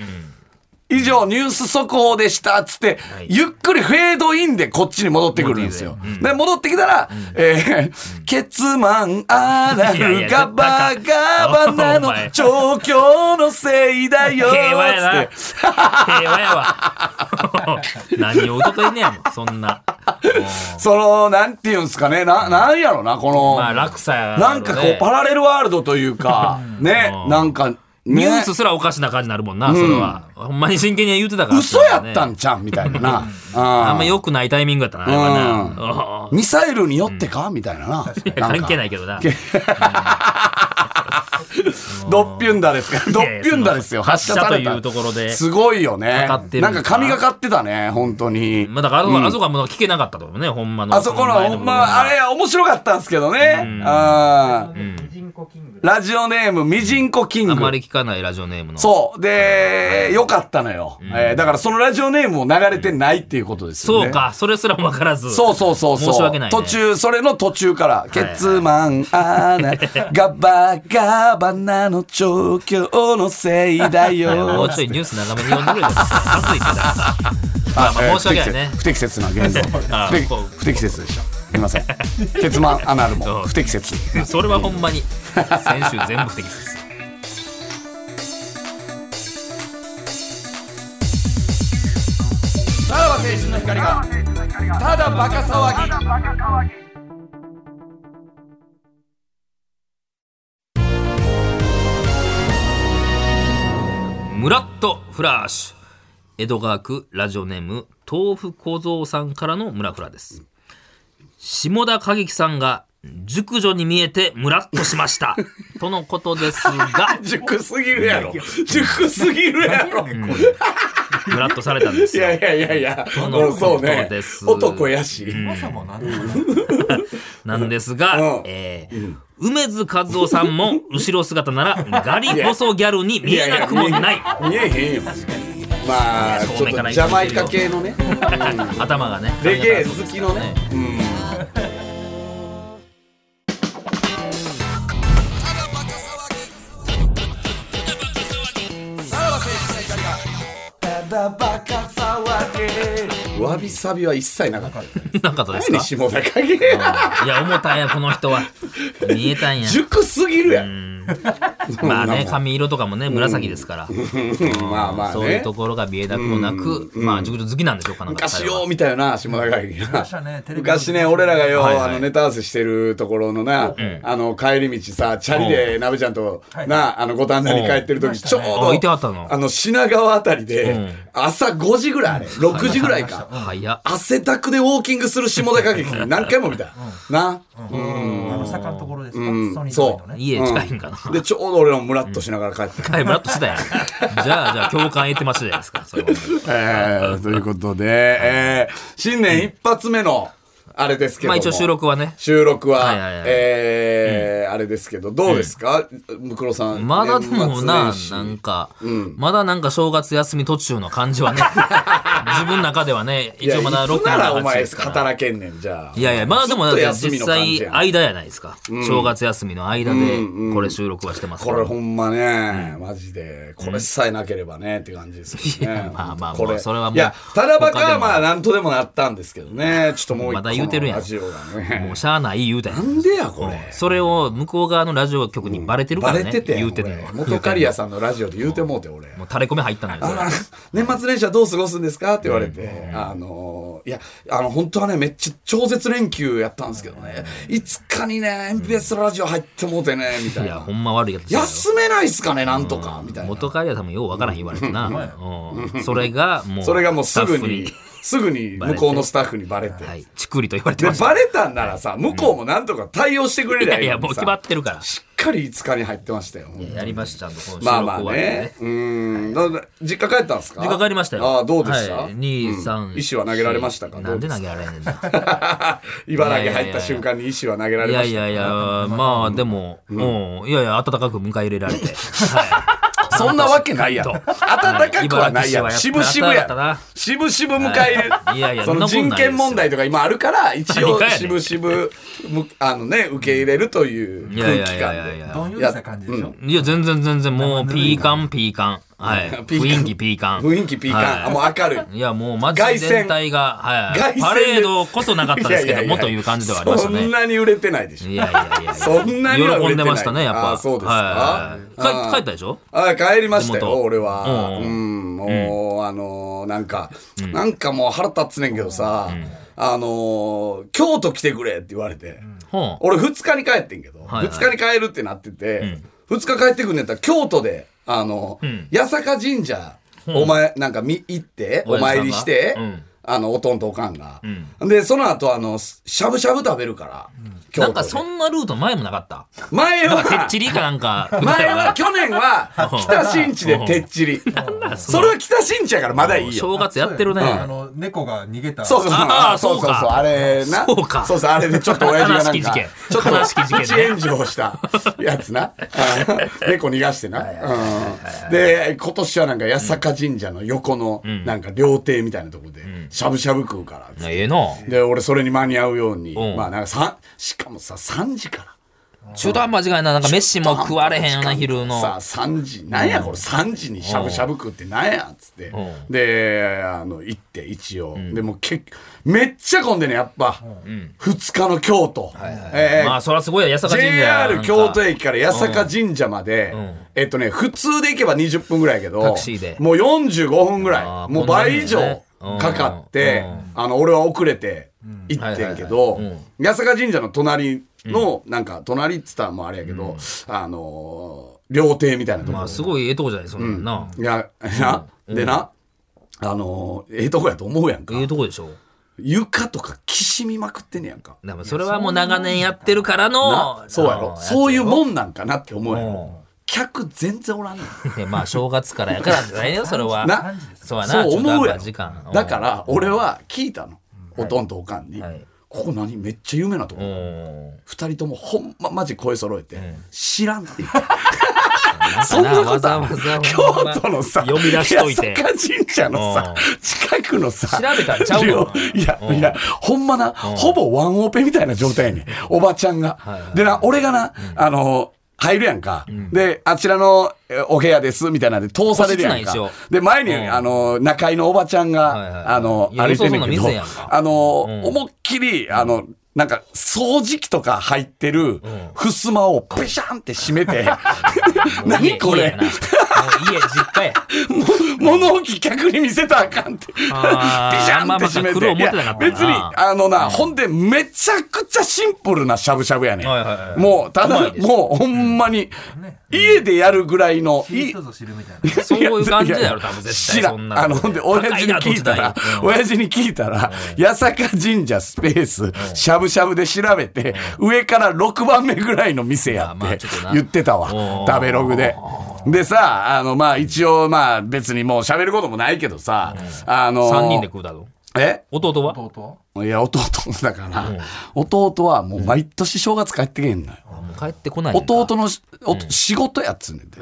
[SPEAKER 3] 以上ニュース速報でしたっつって、
[SPEAKER 2] い
[SPEAKER 3] ゆっくりフェードインでこっちに戻ってくるんですよ。で戻ってきたら、えーケツマンアナ
[SPEAKER 2] いやい
[SPEAKER 3] ル
[SPEAKER 2] やちょ
[SPEAKER 3] ガ
[SPEAKER 2] っと
[SPEAKER 3] バガバナ
[SPEAKER 2] お
[SPEAKER 3] の
[SPEAKER 2] 前
[SPEAKER 3] 調教のせいだよ
[SPEAKER 2] 平和や
[SPEAKER 3] ー
[SPEAKER 2] な
[SPEAKER 3] っつって。。
[SPEAKER 2] 平和や
[SPEAKER 3] [LAUGHS]
[SPEAKER 2] わ。何を受け取んねやもん、そんな。
[SPEAKER 3] そのなんていうんですかねななんやろなこの、
[SPEAKER 2] まあ、落差やろね
[SPEAKER 3] なんかこうパラレルワールドというかね
[SPEAKER 2] うん
[SPEAKER 3] なんか、ね
[SPEAKER 2] ニュースすらおかしな感じになるもんな、それは。ほんまに真剣に言ってたから。
[SPEAKER 3] 嘘やった
[SPEAKER 2] ね
[SPEAKER 3] んちゃうみたいなな。
[SPEAKER 2] あ
[SPEAKER 3] あ
[SPEAKER 2] んま良くないタイミングやったな、あれはな。うん
[SPEAKER 3] ミサイルによってかみたいなな。なん
[SPEAKER 2] 関
[SPEAKER 3] か
[SPEAKER 2] 係ないけどな。
[SPEAKER 3] ドッピュンダですか。ドッピュンダですよ。
[SPEAKER 2] いやいや
[SPEAKER 3] 発射さ
[SPEAKER 2] 発
[SPEAKER 3] れ
[SPEAKER 2] 射
[SPEAKER 3] た。
[SPEAKER 2] というところです
[SPEAKER 3] ごいよね。
[SPEAKER 2] かかってる
[SPEAKER 3] なん
[SPEAKER 2] ん
[SPEAKER 3] か
[SPEAKER 2] ですか
[SPEAKER 3] 神がかってたね、本当に。
[SPEAKER 2] まあ、だからあそこは、あそこはもう聞けなかったと思うね、ほんまの。
[SPEAKER 3] あそこの
[SPEAKER 2] 前
[SPEAKER 3] ほ
[SPEAKER 2] 部
[SPEAKER 3] ん
[SPEAKER 2] 分
[SPEAKER 3] ま、
[SPEAKER 2] が
[SPEAKER 3] あれ面白かったんですけどね。あーラジオネーム、ミジンコキン
[SPEAKER 2] あま
[SPEAKER 3] グ。
[SPEAKER 2] り聞かないラジオネームの。
[SPEAKER 3] そう。で、よかったのよ。えーだからそのラジオネームも流れてないっていうことですよね。
[SPEAKER 2] そうか、それすらも分からず。
[SPEAKER 3] そうそうそうそう。
[SPEAKER 2] 申し訳ないね
[SPEAKER 3] 途中、それの途中から、
[SPEAKER 2] いはい
[SPEAKER 3] ケツマン、ア
[SPEAKER 2] [LAUGHS]
[SPEAKER 3] ーナ、ガバガバナの調教のせいだ
[SPEAKER 2] も
[SPEAKER 3] よ
[SPEAKER 2] う。ちょいニュース長めに読んでくれたら熱いからさ。まあまあ申し訳ないね
[SPEAKER 3] 不。適切不適切な言動。
[SPEAKER 2] あ
[SPEAKER 3] 不適
[SPEAKER 2] こう
[SPEAKER 3] 不適切でした。すみません。ケツマン、アナル
[SPEAKER 2] う
[SPEAKER 3] も
[SPEAKER 2] ん
[SPEAKER 3] 不適切。 [LAUGHS]
[SPEAKER 2] それはほんまに。先週全部不適切です。
[SPEAKER 3] さらば青春の光が、ただバカ騒ぎ。
[SPEAKER 2] ムラッとフラッシュ江戸川区ラジオネーム豆腐小僧さんからのムラフラです下田景樹さんが熟女に見えてムラッとしましたとのことですが
[SPEAKER 3] 熟すぎるやろ。熟すぎるや
[SPEAKER 2] [LAUGHS]
[SPEAKER 3] ろ。
[SPEAKER 2] ムラッとされたんです
[SPEAKER 3] い
[SPEAKER 2] よ
[SPEAKER 3] やいやいやいや、
[SPEAKER 2] そのこと
[SPEAKER 3] そうね
[SPEAKER 2] です。
[SPEAKER 3] 男やし。
[SPEAKER 2] なんですが、
[SPEAKER 3] うん
[SPEAKER 2] えー梅津和夫さんも後ろ姿ならガリ細ギャルに見えなくもない
[SPEAKER 3] 見えへんよ。まあ、ちょっとジャマイカ系のね。
[SPEAKER 2] 頭がね
[SPEAKER 3] レゲエ好きのね。わびさびは一切なかっ
[SPEAKER 2] [LAUGHS]
[SPEAKER 3] た。
[SPEAKER 2] なかったですか
[SPEAKER 3] 何下田影
[SPEAKER 2] いや重たんやこの人は見えたんや
[SPEAKER 3] 熟すぎるやん。
[SPEAKER 2] まあ
[SPEAKER 3] そんなも
[SPEAKER 2] ね
[SPEAKER 3] ん
[SPEAKER 2] 髪色とかもね紫ですから、
[SPEAKER 3] まあまあ
[SPEAKER 2] そういう
[SPEAKER 3] ね
[SPEAKER 2] と。ころが見えなくもなく、まあ熟女好きなんでしょうかなんか
[SPEAKER 3] 昔
[SPEAKER 2] 彼は
[SPEAKER 3] ようみたいよな下田会議
[SPEAKER 4] 昔
[SPEAKER 3] [LAUGHS]
[SPEAKER 4] はねテレビ
[SPEAKER 3] 昔ね俺らがよ、
[SPEAKER 2] はいはい
[SPEAKER 3] あのネタ合わせしてるところのな、あの帰り道さチャリでなべちゃんと、なあの五反田に帰ってる時、ちょうど
[SPEAKER 2] あいてはったの
[SPEAKER 3] あの品川あたりで、
[SPEAKER 2] ん
[SPEAKER 3] 朝5時ぐらいあれ6時ぐらいか、
[SPEAKER 2] [LAUGHS] 早っ
[SPEAKER 3] 汗だくでウォーキングする下田会議何回も見た、な、
[SPEAKER 4] あの坂のところですか、
[SPEAKER 3] ん
[SPEAKER 4] ソニーのね
[SPEAKER 2] 家近いんかな、
[SPEAKER 3] でちょうど俺らもムラッとしながら帰ってた、
[SPEAKER 2] はいムラッとしてたやんじゃあじゃあ共感得てましたじゃないですかそれは
[SPEAKER 3] えーということで、えー新年一発目のあれですけど
[SPEAKER 2] ま
[SPEAKER 3] も、
[SPEAKER 2] あ一応収録はね
[SPEAKER 3] 収録は、
[SPEAKER 2] はいはいはい
[SPEAKER 3] えーあれですけど、どうですか、ムクロさん。
[SPEAKER 2] まだでもな
[SPEAKER 3] 年末年始
[SPEAKER 2] なんか、まだなんか正月休み途中の感じ
[SPEAKER 3] [LAUGHS]
[SPEAKER 2] はね自分の中ではね
[SPEAKER 3] い
[SPEAKER 2] 一
[SPEAKER 3] や
[SPEAKER 2] 応まだ
[SPEAKER 3] いつ
[SPEAKER 2] 6
[SPEAKER 3] なら
[SPEAKER 2] から
[SPEAKER 3] お
[SPEAKER 2] 8
[SPEAKER 3] 前
[SPEAKER 2] ですから
[SPEAKER 3] 働けんねん、じゃあ。
[SPEAKER 2] いやいやまだでもだって
[SPEAKER 3] ずっと休み
[SPEAKER 2] 実
[SPEAKER 3] の感じ
[SPEAKER 2] 際
[SPEAKER 3] やん
[SPEAKER 2] 間やないですか、正月休みの間でこれ収録はしてますか
[SPEAKER 3] こ
[SPEAKER 2] ら、
[SPEAKER 3] れほんまね、マジで、これさえなければね、って感じですよ
[SPEAKER 2] い
[SPEAKER 3] ね
[SPEAKER 2] や。まあまあ
[SPEAKER 3] ほんとこ
[SPEAKER 2] もうそれはもう
[SPEAKER 3] いや、ただバカ
[SPEAKER 2] 他で
[SPEAKER 3] は
[SPEAKER 2] も
[SPEAKER 3] まあなんとでもなったんですけどね、ちょっともう一個
[SPEAKER 2] まだ言うてるやん
[SPEAKER 3] のラジオがね
[SPEAKER 2] もう。しゃあない言うたやん
[SPEAKER 3] なんでや、これ。
[SPEAKER 2] それを向こう側のラジオ局にバレてるか
[SPEAKER 3] バ
[SPEAKER 2] ら
[SPEAKER 3] レ
[SPEAKER 2] ね、
[SPEAKER 3] てて
[SPEAKER 2] 言
[SPEAKER 3] ん、
[SPEAKER 2] うてんの
[SPEAKER 3] 俺元カリアさんのラジオで言うてもうて、俺。
[SPEAKER 2] もう垂れ込み入ったんだよそれ
[SPEAKER 3] あ年末年始はどう過ごすんですかって言われて、あののいやあの本当はねめっちゃ超絶連休やったんですけどねいつかにね MBS ラジオ入ってもうてねみたい
[SPEAKER 2] いや
[SPEAKER 3] な
[SPEAKER 2] ほんま悪いやつだよ
[SPEAKER 3] 休めないっすかねなんとかみたいな
[SPEAKER 2] 元カレは多分ようわからん言われてな、うんそれがもう
[SPEAKER 3] それがもうすぐ
[SPEAKER 2] スタッフ
[SPEAKER 3] にすぐに向こうのスタッフにバレて
[SPEAKER 2] はい、チクリと言われて
[SPEAKER 3] で
[SPEAKER 2] ました
[SPEAKER 3] バレたんならさ向こうもなんとか対応してくれ
[SPEAKER 2] い
[SPEAKER 3] りゃ
[SPEAKER 2] やい
[SPEAKER 3] いいの
[SPEAKER 2] や
[SPEAKER 3] に
[SPEAKER 2] もう
[SPEAKER 3] さ
[SPEAKER 2] 決まってるから
[SPEAKER 3] しっかり5日に入ってましたよ
[SPEAKER 2] やりましたちゃんとこの収
[SPEAKER 3] まあ
[SPEAKER 2] 録
[SPEAKER 3] まあ
[SPEAKER 2] 終わりで
[SPEAKER 3] ね
[SPEAKER 2] ね。
[SPEAKER 3] うん。だから実家帰ったんですか
[SPEAKER 2] 時間かかりましたよ。
[SPEAKER 3] ああ、どうでした、
[SPEAKER 2] はい、2、3、
[SPEAKER 3] うん石は投げられましたか
[SPEAKER 2] なんで投げられんねんな。
[SPEAKER 3] 茨城入った瞬間に石は投げら
[SPEAKER 2] い
[SPEAKER 3] れま
[SPEAKER 2] や
[SPEAKER 3] し
[SPEAKER 2] い
[SPEAKER 3] た。
[SPEAKER 2] やいや、まあでも、うん、いやいや、温かく迎え入れら
[SPEAKER 3] [LAUGHS]
[SPEAKER 2] れて。
[SPEAKER 3] そんなわけないやん。暖かくはないやん。
[SPEAKER 2] 茨
[SPEAKER 3] し
[SPEAKER 2] 城
[SPEAKER 3] ぶ
[SPEAKER 2] 市
[SPEAKER 3] し
[SPEAKER 2] は
[SPEAKER 3] ぶ
[SPEAKER 2] や
[SPEAKER 3] や
[SPEAKER 2] っぱな。
[SPEAKER 3] しぶしぶ迎え入れ
[SPEAKER 2] はいいやいや
[SPEAKER 3] そ
[SPEAKER 2] そんな
[SPEAKER 3] の
[SPEAKER 2] ことないで
[SPEAKER 3] 人
[SPEAKER 2] すよ
[SPEAKER 3] 権問題とか今あるから、一
[SPEAKER 2] 何
[SPEAKER 3] 応
[SPEAKER 2] かやねん
[SPEAKER 3] しぶしぶ、むあのね、受け入れるという
[SPEAKER 2] いやい
[SPEAKER 3] 空
[SPEAKER 2] や
[SPEAKER 3] 気
[SPEAKER 2] いやいやい
[SPEAKER 3] 感で。
[SPEAKER 2] や。
[SPEAKER 4] どんよりした感じでしょ、
[SPEAKER 2] いや、全然全然、もう、ピーカン、ピーカン。はい。
[SPEAKER 3] [LAUGHS] ピーカン
[SPEAKER 2] 雰囲気、ピーカン。
[SPEAKER 3] 雰囲気ピー
[SPEAKER 2] はい
[SPEAKER 3] カン。あ、もう明るい。
[SPEAKER 2] いやもうマジで全体が、は
[SPEAKER 3] 凱
[SPEAKER 2] い、
[SPEAKER 3] 旋
[SPEAKER 2] パレードこそなかったですけ
[SPEAKER 3] [LAUGHS]
[SPEAKER 2] どもという感じではありましたね。
[SPEAKER 3] そんなに売れてないでしょ。
[SPEAKER 2] いやいやいや、
[SPEAKER 3] そんなには売れ
[SPEAKER 2] 喜
[SPEAKER 3] てない
[SPEAKER 2] んでましたね、やっぱ。
[SPEAKER 3] あそうですか
[SPEAKER 2] はいはいはい
[SPEAKER 3] あー
[SPEAKER 2] 帰帰ったでしょ
[SPEAKER 3] あ帰りました
[SPEAKER 2] 地
[SPEAKER 3] よ
[SPEAKER 2] 元
[SPEAKER 3] 俺は
[SPEAKER 2] う
[SPEAKER 3] うんん、もう、あのーなんか、なんかもう腹立つねんけどさ、あのー京都来てくれって言われて、
[SPEAKER 2] ほう
[SPEAKER 3] 俺2日に帰ってんけど、
[SPEAKER 2] はいはい
[SPEAKER 3] 2日に帰るってなってて、2日帰ってくんねやったら京都であの、八坂神社お前なんか見行って
[SPEAKER 2] 親父さ
[SPEAKER 3] お
[SPEAKER 2] んが
[SPEAKER 3] 参りして、
[SPEAKER 2] うん
[SPEAKER 3] あのおとんとおかんが、でその後あのしゃぶしゃぶ食べるから、京
[SPEAKER 2] なん
[SPEAKER 3] 都で
[SPEAKER 2] かそんなルート前もなかった。
[SPEAKER 3] 前
[SPEAKER 2] なんかてっ
[SPEAKER 3] は
[SPEAKER 2] ちりかなんか。
[SPEAKER 3] [LAUGHS] 前は去
[SPEAKER 2] [LAUGHS]
[SPEAKER 3] 年は北新地でてっちりそれは北新地やからまだいい
[SPEAKER 2] 正
[SPEAKER 3] よ
[SPEAKER 2] 月やってるね。
[SPEAKER 4] あの猫が逃げた
[SPEAKER 3] そうそうそう
[SPEAKER 2] あー
[SPEAKER 3] そうそうそう
[SPEAKER 2] そうか
[SPEAKER 3] あれな
[SPEAKER 2] そうか
[SPEAKER 3] そうそうあれでちょっと親父がな
[SPEAKER 2] 悲しき
[SPEAKER 3] ん
[SPEAKER 2] 事
[SPEAKER 3] か
[SPEAKER 2] 件
[SPEAKER 3] ちょっと
[SPEAKER 2] 悲しき事件ね
[SPEAKER 3] プチ炎上したや
[SPEAKER 2] [LAUGHS]
[SPEAKER 3] つなうん猫逃がしてなうんで今年はなんか八坂神社の横のなんか料亭みたいなとこでしゃぶしゃぶ食うからっつって
[SPEAKER 2] ええな。
[SPEAKER 3] で俺それに間に合うように
[SPEAKER 2] うん
[SPEAKER 3] まあなんかさしかもさ3時から
[SPEAKER 2] 中途半端違いな。なんか飯も食われへんよな、昼の。
[SPEAKER 3] さあ3時なんやこれ3時にしゃぶしゃぶ食うってなんやっつって
[SPEAKER 2] う
[SPEAKER 3] であの行って一応、でもうけめっちゃ混んでんねやっぱ、2日の京都、えー
[SPEAKER 2] まあ、そらすごいや、八坂神社。
[SPEAKER 3] JR 京都
[SPEAKER 2] へ。
[SPEAKER 3] 駅から八坂神社まで、
[SPEAKER 2] ん
[SPEAKER 3] えっとね普通で行けば20分ぐらいやけど
[SPEAKER 2] タクシーで
[SPEAKER 3] もう45分ぐら
[SPEAKER 2] あー
[SPEAKER 3] いもう倍以上かかって、
[SPEAKER 2] こんなもんやね
[SPEAKER 3] あの俺は遅れて行ってんけど
[SPEAKER 2] はいはいはい
[SPEAKER 3] 八坂神社の隣の、なんか隣っつったらもうあれやけど、あのー料亭みたいなところ、
[SPEAKER 2] まあ、すごいええとこじゃない、そんなん
[SPEAKER 3] いやな、でなあのーええとこやと思うやんか
[SPEAKER 2] な。ええとこでしょ。
[SPEAKER 3] 床とかきしみまくってんねやんか
[SPEAKER 2] でもそれはもう長年やってるから
[SPEAKER 3] な
[SPEAKER 2] の。
[SPEAKER 3] そうやろそういう
[SPEAKER 2] も
[SPEAKER 3] もんなんかなって思うやろ客全然おらんねん
[SPEAKER 2] ん。まあ正月からやからじゃないよ、それは。
[SPEAKER 3] [LAUGHS] な
[SPEAKER 2] そうやな、
[SPEAKER 3] そう思うやろ
[SPEAKER 2] 時間。うん
[SPEAKER 3] だか、ら俺は聞いたのおとんとおかんに
[SPEAKER 2] はい
[SPEAKER 3] 「ここ何めっちゃ有名なとこ
[SPEAKER 2] うん。
[SPEAKER 3] 二人ともほんまマジ声揃えて
[SPEAKER 2] ん
[SPEAKER 3] 「知らん」って言ってそんなこ
[SPEAKER 2] わ
[SPEAKER 3] と
[SPEAKER 2] ざ
[SPEAKER 3] あ
[SPEAKER 2] わ
[SPEAKER 3] る
[SPEAKER 2] ざ
[SPEAKER 3] 京都のさ
[SPEAKER 2] 読み出しといて。
[SPEAKER 3] 八坂神社のさ近くのさ
[SPEAKER 2] 調べたんちゃうの
[SPEAKER 3] いや
[SPEAKER 2] うん
[SPEAKER 3] いやほんまなほぼワンオペみたいな状態やねんおばちゃんが
[SPEAKER 2] いはい
[SPEAKER 3] でな俺がなあの入るやんか。で、あちらのえお部屋です、みたいなんで通されるやん
[SPEAKER 2] 個室なん
[SPEAKER 3] か
[SPEAKER 2] 一応。
[SPEAKER 3] で、前に、
[SPEAKER 2] うん
[SPEAKER 3] あの、中居のおばちゃんが、
[SPEAKER 2] はいはい
[SPEAKER 3] あの、
[SPEAKER 2] いや
[SPEAKER 3] 歩いてんねんけ
[SPEAKER 2] 良さそうな
[SPEAKER 3] ど
[SPEAKER 2] 店やんか、
[SPEAKER 3] あの、
[SPEAKER 2] うん
[SPEAKER 3] 思いっきり、あの、なんか、掃除機とか入ってる、襖をペシャンって閉
[SPEAKER 2] [LAUGHS]
[SPEAKER 3] めて、何こ
[SPEAKER 2] 家
[SPEAKER 3] れ [LAUGHS]
[SPEAKER 2] やなもう家、実家や。
[SPEAKER 3] 物置客に見せたらあかんって。ピシ
[SPEAKER 2] あー
[SPEAKER 3] ャンって閉
[SPEAKER 2] あんまま
[SPEAKER 3] め
[SPEAKER 2] あ苦労
[SPEAKER 3] て。
[SPEAKER 2] 持ってなかったない
[SPEAKER 3] や別に、あのな、ほんで、めちゃくちゃシンプルなしゃぶしゃぶやね
[SPEAKER 2] はいはいはい
[SPEAKER 3] ん。もう、た
[SPEAKER 2] うま
[SPEAKER 3] だ
[SPEAKER 2] い、でしょ
[SPEAKER 3] もう、ほんまに、家でやるぐらいの、
[SPEAKER 4] 知る
[SPEAKER 3] い
[SPEAKER 4] 人ぞ知るみたいな
[SPEAKER 2] そういう感じだよ、多分絶
[SPEAKER 3] 知
[SPEAKER 2] 対。
[SPEAKER 3] ら
[SPEAKER 2] そん
[SPEAKER 3] ん。
[SPEAKER 2] な
[SPEAKER 3] あの、ほんで、親父に聞いたら、親父に聞いたら、八坂神社スペース、しゃぶしゃぶで調べて、上から6番目ぐらいの店や
[SPEAKER 2] まあ
[SPEAKER 3] っ
[SPEAKER 2] まあ
[SPEAKER 3] て
[SPEAKER 2] ちょっとな
[SPEAKER 3] 言ってた
[SPEAKER 2] お
[SPEAKER 3] わ。
[SPEAKER 2] ー
[SPEAKER 3] 食べログで。でさ、あの、まあ一応、まあ別にもう喋ることもないけどさ、あの、
[SPEAKER 2] 3人で食うだろ。
[SPEAKER 3] え
[SPEAKER 2] 弟は
[SPEAKER 4] 弟はい
[SPEAKER 3] や、弟だから、弟はもう毎年正月帰ってけへんのよ。
[SPEAKER 2] あもう帰ってこないんだ。
[SPEAKER 3] 弟のしお仕事やっつんねんて。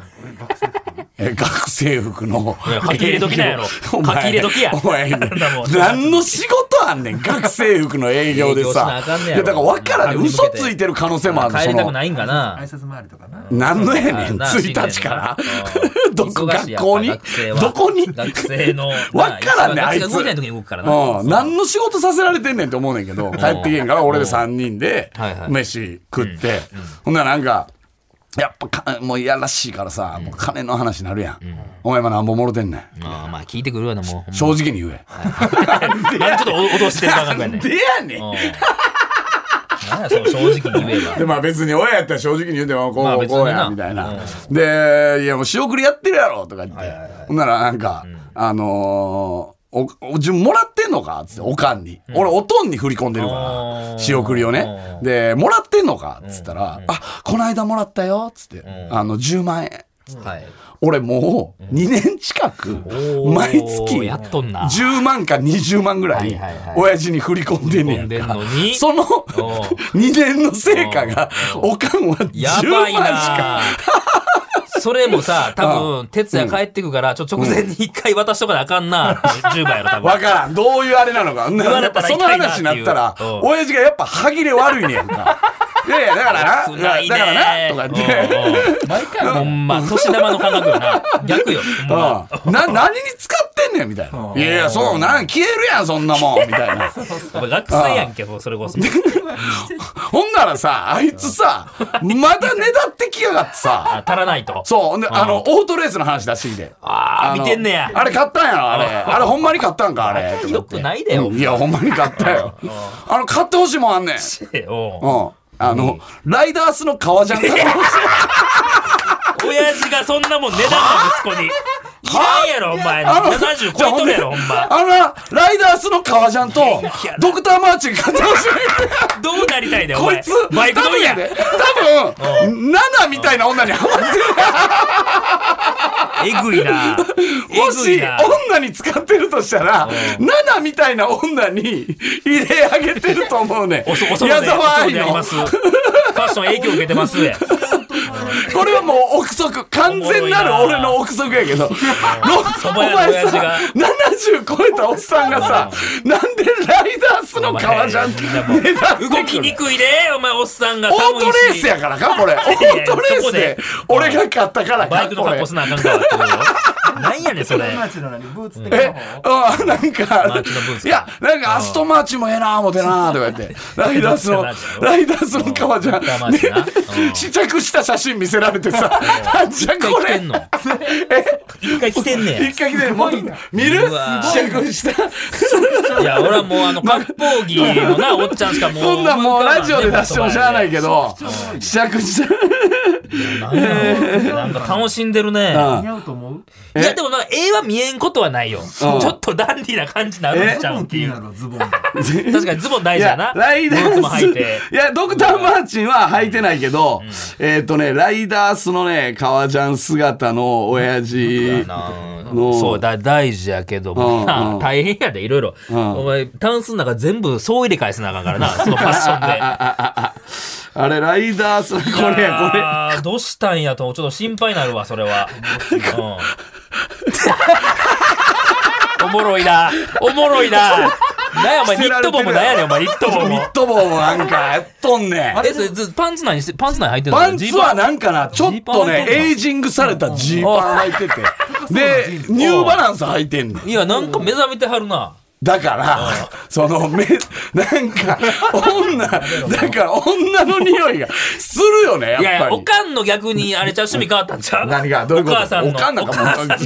[SPEAKER 3] え学生服の
[SPEAKER 2] いや書き入れ時なんやろ
[SPEAKER 3] 営 [LAUGHS] 業お前
[SPEAKER 2] 書き入れ時や
[SPEAKER 3] お前
[SPEAKER 2] なもん
[SPEAKER 3] 何の仕事あんねん学生服の営業で
[SPEAKER 2] 営業しな
[SPEAKER 3] さ
[SPEAKER 2] あかんね
[SPEAKER 3] い
[SPEAKER 2] や
[SPEAKER 3] や
[SPEAKER 2] ろ
[SPEAKER 3] だから分からん
[SPEAKER 2] うん
[SPEAKER 3] ね嘘ついてる可能性もあるの
[SPEAKER 2] 帰
[SPEAKER 3] そ
[SPEAKER 2] りたく
[SPEAKER 3] の
[SPEAKER 2] ないんかな
[SPEAKER 4] 挨。拶回りとかな
[SPEAKER 3] 何のやねん
[SPEAKER 2] な
[SPEAKER 3] 1日から
[SPEAKER 2] 深夜にな
[SPEAKER 3] [LAUGHS] どこ
[SPEAKER 2] 忙しい
[SPEAKER 3] 学
[SPEAKER 2] やっぱ
[SPEAKER 3] 校に
[SPEAKER 2] 学生は
[SPEAKER 3] どこに
[SPEAKER 2] 学生の。
[SPEAKER 3] [LAUGHS] わからんね
[SPEAKER 2] な
[SPEAKER 3] あいつ
[SPEAKER 2] 学生が動いてない時に動くからな。
[SPEAKER 3] うん、何の仕事させられてんねんって思うねんけど、帰ってけんから俺で3人で
[SPEAKER 2] はいはい
[SPEAKER 3] 飯食って、ほんならなんか、やっぱかもういやらしいからさ、もう金の話になるやん、お前今なんぼもろてんねん、
[SPEAKER 2] まあまあ聞いてくるわな [LAUGHS] もう
[SPEAKER 3] 正直に言え
[SPEAKER 2] なんでちょっとお脅してる感覚
[SPEAKER 3] [LAUGHS]
[SPEAKER 2] やねん
[SPEAKER 3] でやねん
[SPEAKER 2] なんやその正直に言えば
[SPEAKER 3] でまあ別に親やったら正直に言うてもこう、
[SPEAKER 2] まあ別にな
[SPEAKER 3] こうやみたいな、でいやもう仕送りやってるやろとか言って、ほんならなんか、あのーおお自分もらってんのかっつっておかんに、俺おとんに振り込んでるか
[SPEAKER 2] あー
[SPEAKER 3] ら仕送りをねでもらってんのかっつったら、あこの間もらったよっつって、あの10万円
[SPEAKER 2] はい
[SPEAKER 3] 俺もう2年近く毎月
[SPEAKER 2] おーやっとんな
[SPEAKER 3] 10万か20万ぐらい
[SPEAKER 2] はいはいはい
[SPEAKER 3] 親父に振り込んでんね
[SPEAKER 2] 飲
[SPEAKER 3] や
[SPEAKER 2] ん
[SPEAKER 3] ん
[SPEAKER 2] でん
[SPEAKER 3] か
[SPEAKER 2] のに
[SPEAKER 3] その
[SPEAKER 2] おう
[SPEAKER 3] [LAUGHS] 2年の成果がおかんは
[SPEAKER 2] や
[SPEAKER 3] 10
[SPEAKER 2] ば
[SPEAKER 3] 万し
[SPEAKER 2] いな
[SPEAKER 3] か
[SPEAKER 2] それもさ、多分、哲也帰ってくから、ちょ、直前に一回渡しとかなあかんな。10倍やろ、多
[SPEAKER 3] わ
[SPEAKER 2] 分。
[SPEAKER 3] からんどういうあれなのか
[SPEAKER 2] 言わ
[SPEAKER 3] や
[SPEAKER 2] れ
[SPEAKER 3] ったぱ
[SPEAKER 2] ら
[SPEAKER 3] その話になっ
[SPEAKER 2] 痛
[SPEAKER 3] たら
[SPEAKER 2] いなっていううん
[SPEAKER 3] 親父がやっぱ歯切れ悪いねやんか [LAUGHS] いやいやだから
[SPEAKER 2] 少
[SPEAKER 3] なだ
[SPEAKER 2] ないね
[SPEAKER 3] からなとか言って。
[SPEAKER 2] うん
[SPEAKER 4] 毎回
[SPEAKER 2] うんほんま、年玉の感覚よな。逆よ。ほんま
[SPEAKER 3] うん [LAUGHS] な何に使ってんねんみたいな「
[SPEAKER 4] うん
[SPEAKER 3] いやいやそうなん消えるやんそんな
[SPEAKER 2] [LAUGHS]
[SPEAKER 3] もん」みたいな
[SPEAKER 2] お前学生やんけ、それこそ。
[SPEAKER 3] ほんならさあいつさまだねだってきやがって
[SPEAKER 2] あ
[SPEAKER 3] さ
[SPEAKER 2] 足らないと。
[SPEAKER 3] そう。ほんで、あの、オートレースの話出してきて。
[SPEAKER 2] ああ、
[SPEAKER 3] の
[SPEAKER 2] 見てんねや。
[SPEAKER 3] あれ買ったんやろ、あれ。あれほんまに買ったんか、あれ。とか言
[SPEAKER 2] よ
[SPEAKER 3] っ
[SPEAKER 2] く
[SPEAKER 3] て
[SPEAKER 2] ないでよ。
[SPEAKER 3] いや、ほんまに買っ
[SPEAKER 2] [LAUGHS]
[SPEAKER 3] たよ。あの、買ってほしいもんあんねん。う
[SPEAKER 2] お
[SPEAKER 3] ん。あの、ライダースの革ジャン買ってほし
[SPEAKER 2] 親父がそんなもん値段の息子に。いらんやろ、お前の。
[SPEAKER 3] あの
[SPEAKER 2] 70超えとるやろ、ほんま。
[SPEAKER 3] あのな、ライダースの革ジャンと
[SPEAKER 2] やな、
[SPEAKER 3] ドクターマーチン買ってほしい。
[SPEAKER 2] どうなりたい [LAUGHS] ねん、お
[SPEAKER 3] こい
[SPEAKER 2] 前
[SPEAKER 3] つ。、
[SPEAKER 2] バイク
[SPEAKER 3] 多
[SPEAKER 2] 乗
[SPEAKER 3] 分
[SPEAKER 2] りや
[SPEAKER 3] や。で。多分、ナナみたいな女にハマってる。
[SPEAKER 2] えぐいな。
[SPEAKER 3] [LAUGHS] も
[SPEAKER 2] えぐ
[SPEAKER 3] し
[SPEAKER 2] いな
[SPEAKER 3] 女に使ってるとしたら、ナナみたいな女に入れ上げてると思うね。
[SPEAKER 2] おそ、おそろ
[SPEAKER 3] 矢
[SPEAKER 2] で、
[SPEAKER 3] 沢
[SPEAKER 2] おそろ
[SPEAKER 3] 愛
[SPEAKER 2] であり
[SPEAKER 3] の
[SPEAKER 2] ま。す。ファッション影響受けて
[SPEAKER 3] [LAUGHS]
[SPEAKER 2] ます。
[SPEAKER 3] これはもう憶測、完全なる俺の憶測やけど、ろお
[SPEAKER 2] ばやの
[SPEAKER 3] 前
[SPEAKER 2] 親父
[SPEAKER 3] さ
[SPEAKER 2] が、
[SPEAKER 3] 70超えたおっさんがさ、なんでライダースの革ジャ
[SPEAKER 2] お
[SPEAKER 3] ン
[SPEAKER 2] 前みんなもう
[SPEAKER 3] 値段
[SPEAKER 2] 動きにくいで、お前、おっさんが
[SPEAKER 3] オー
[SPEAKER 2] 寒いし。
[SPEAKER 3] トレースやからかこれ。オ
[SPEAKER 2] やいや
[SPEAKER 3] ートレー
[SPEAKER 2] そこ
[SPEAKER 3] ス
[SPEAKER 2] で
[SPEAKER 3] で俺が買ったから
[SPEAKER 2] バ
[SPEAKER 3] か
[SPEAKER 2] イクの
[SPEAKER 3] こ
[SPEAKER 2] 格
[SPEAKER 3] れ
[SPEAKER 2] 好。すなあかんからってことよ。なんやねん、それ。
[SPEAKER 4] マーチの何ブーツ的
[SPEAKER 3] え
[SPEAKER 4] な方
[SPEAKER 3] あなん
[SPEAKER 2] マ
[SPEAKER 3] か
[SPEAKER 2] ーチのブーツか
[SPEAKER 3] いやなんかアストンマーチもええな思てなとか言
[SPEAKER 2] [LAUGHS]
[SPEAKER 3] ってライダースの
[SPEAKER 2] マーチだろ
[SPEAKER 3] ライダースの革ジャ
[SPEAKER 2] うんライダーマ
[SPEAKER 3] ン
[SPEAKER 2] ーチな
[SPEAKER 3] ね
[SPEAKER 2] うん
[SPEAKER 3] 試着した写真見せられてさなん [LAUGHS] じゃ
[SPEAKER 2] 一
[SPEAKER 3] こ
[SPEAKER 2] 回来て
[SPEAKER 3] れ
[SPEAKER 2] んの。一回来てんねや
[SPEAKER 3] 一。回来てもう見る
[SPEAKER 2] うわ
[SPEAKER 3] 試着した
[SPEAKER 2] いや、俺はもう、あの、割烹着のな、おっちゃんしかもう。
[SPEAKER 3] こんなんもうラジオで出してもしゃあないけど
[SPEAKER 4] うん
[SPEAKER 3] 試着した
[SPEAKER 2] なんやなんか楽しんでるね。
[SPEAKER 3] うん
[SPEAKER 4] 似合うと思う
[SPEAKER 2] いや、でもなんか、絵は見えんことはないよ。ちょっとダンディーな感じになるん
[SPEAKER 4] ズ
[SPEAKER 2] ちゃ
[SPEAKER 4] ボ
[SPEAKER 2] うっ
[SPEAKER 4] ン
[SPEAKER 2] て
[SPEAKER 4] 気に
[SPEAKER 2] い
[SPEAKER 4] な
[SPEAKER 2] う。
[SPEAKER 4] るわズボン
[SPEAKER 2] 確かにズボン大
[SPEAKER 3] い
[SPEAKER 2] 事
[SPEAKER 3] や
[SPEAKER 2] やな。
[SPEAKER 3] ライダ
[SPEAKER 2] ブーツも
[SPEAKER 3] ース
[SPEAKER 2] 履い
[SPEAKER 3] [LAUGHS]
[SPEAKER 2] て。
[SPEAKER 3] いやドクターマーチンは履いてないけど、えっ、とねライダースのね革ジャン姿の親父の
[SPEAKER 2] そうだ大事やけどもな、
[SPEAKER 3] う
[SPEAKER 2] [LAUGHS]
[SPEAKER 3] ん
[SPEAKER 2] 大変やでいろいろ、
[SPEAKER 3] ん
[SPEAKER 2] お前タンスの中全部総入れ替えせなあかん
[SPEAKER 3] [LAUGHS]
[SPEAKER 2] からなそのファッションで
[SPEAKER 3] あれライダースこれやこれ
[SPEAKER 2] あーどうしたんやとちょっと心配になるわそれ
[SPEAKER 3] [LAUGHS]
[SPEAKER 2] は、うんおもろいなおもろいななんやお前ニット帽もなんやねんお前ニット帽
[SPEAKER 3] ミ
[SPEAKER 2] も
[SPEAKER 3] ット帽もなんかやっとんねん
[SPEAKER 2] えそれずパンツ何してパンツ何入ってんの
[SPEAKER 3] パンツは
[SPEAKER 2] ジー
[SPEAKER 3] なんかなちょっとね
[SPEAKER 2] ジーパン
[SPEAKER 3] エイジングされたジーパン
[SPEAKER 2] [LAUGHS]
[SPEAKER 3] 履いててでニューバランス履いてんねん
[SPEAKER 2] パンいやなんか目覚めてはるな
[SPEAKER 3] だからそのめなんか女だから女の匂いがするよねや
[SPEAKER 2] い
[SPEAKER 3] っぱり
[SPEAKER 2] やいやおかんの逆にあれちゃう趣味変わったんちゃう
[SPEAKER 3] 何がどういうこと
[SPEAKER 2] お母さんの
[SPEAKER 3] おかんなんかもう
[SPEAKER 2] お母さん
[SPEAKER 3] [LAUGHS]
[SPEAKER 2] が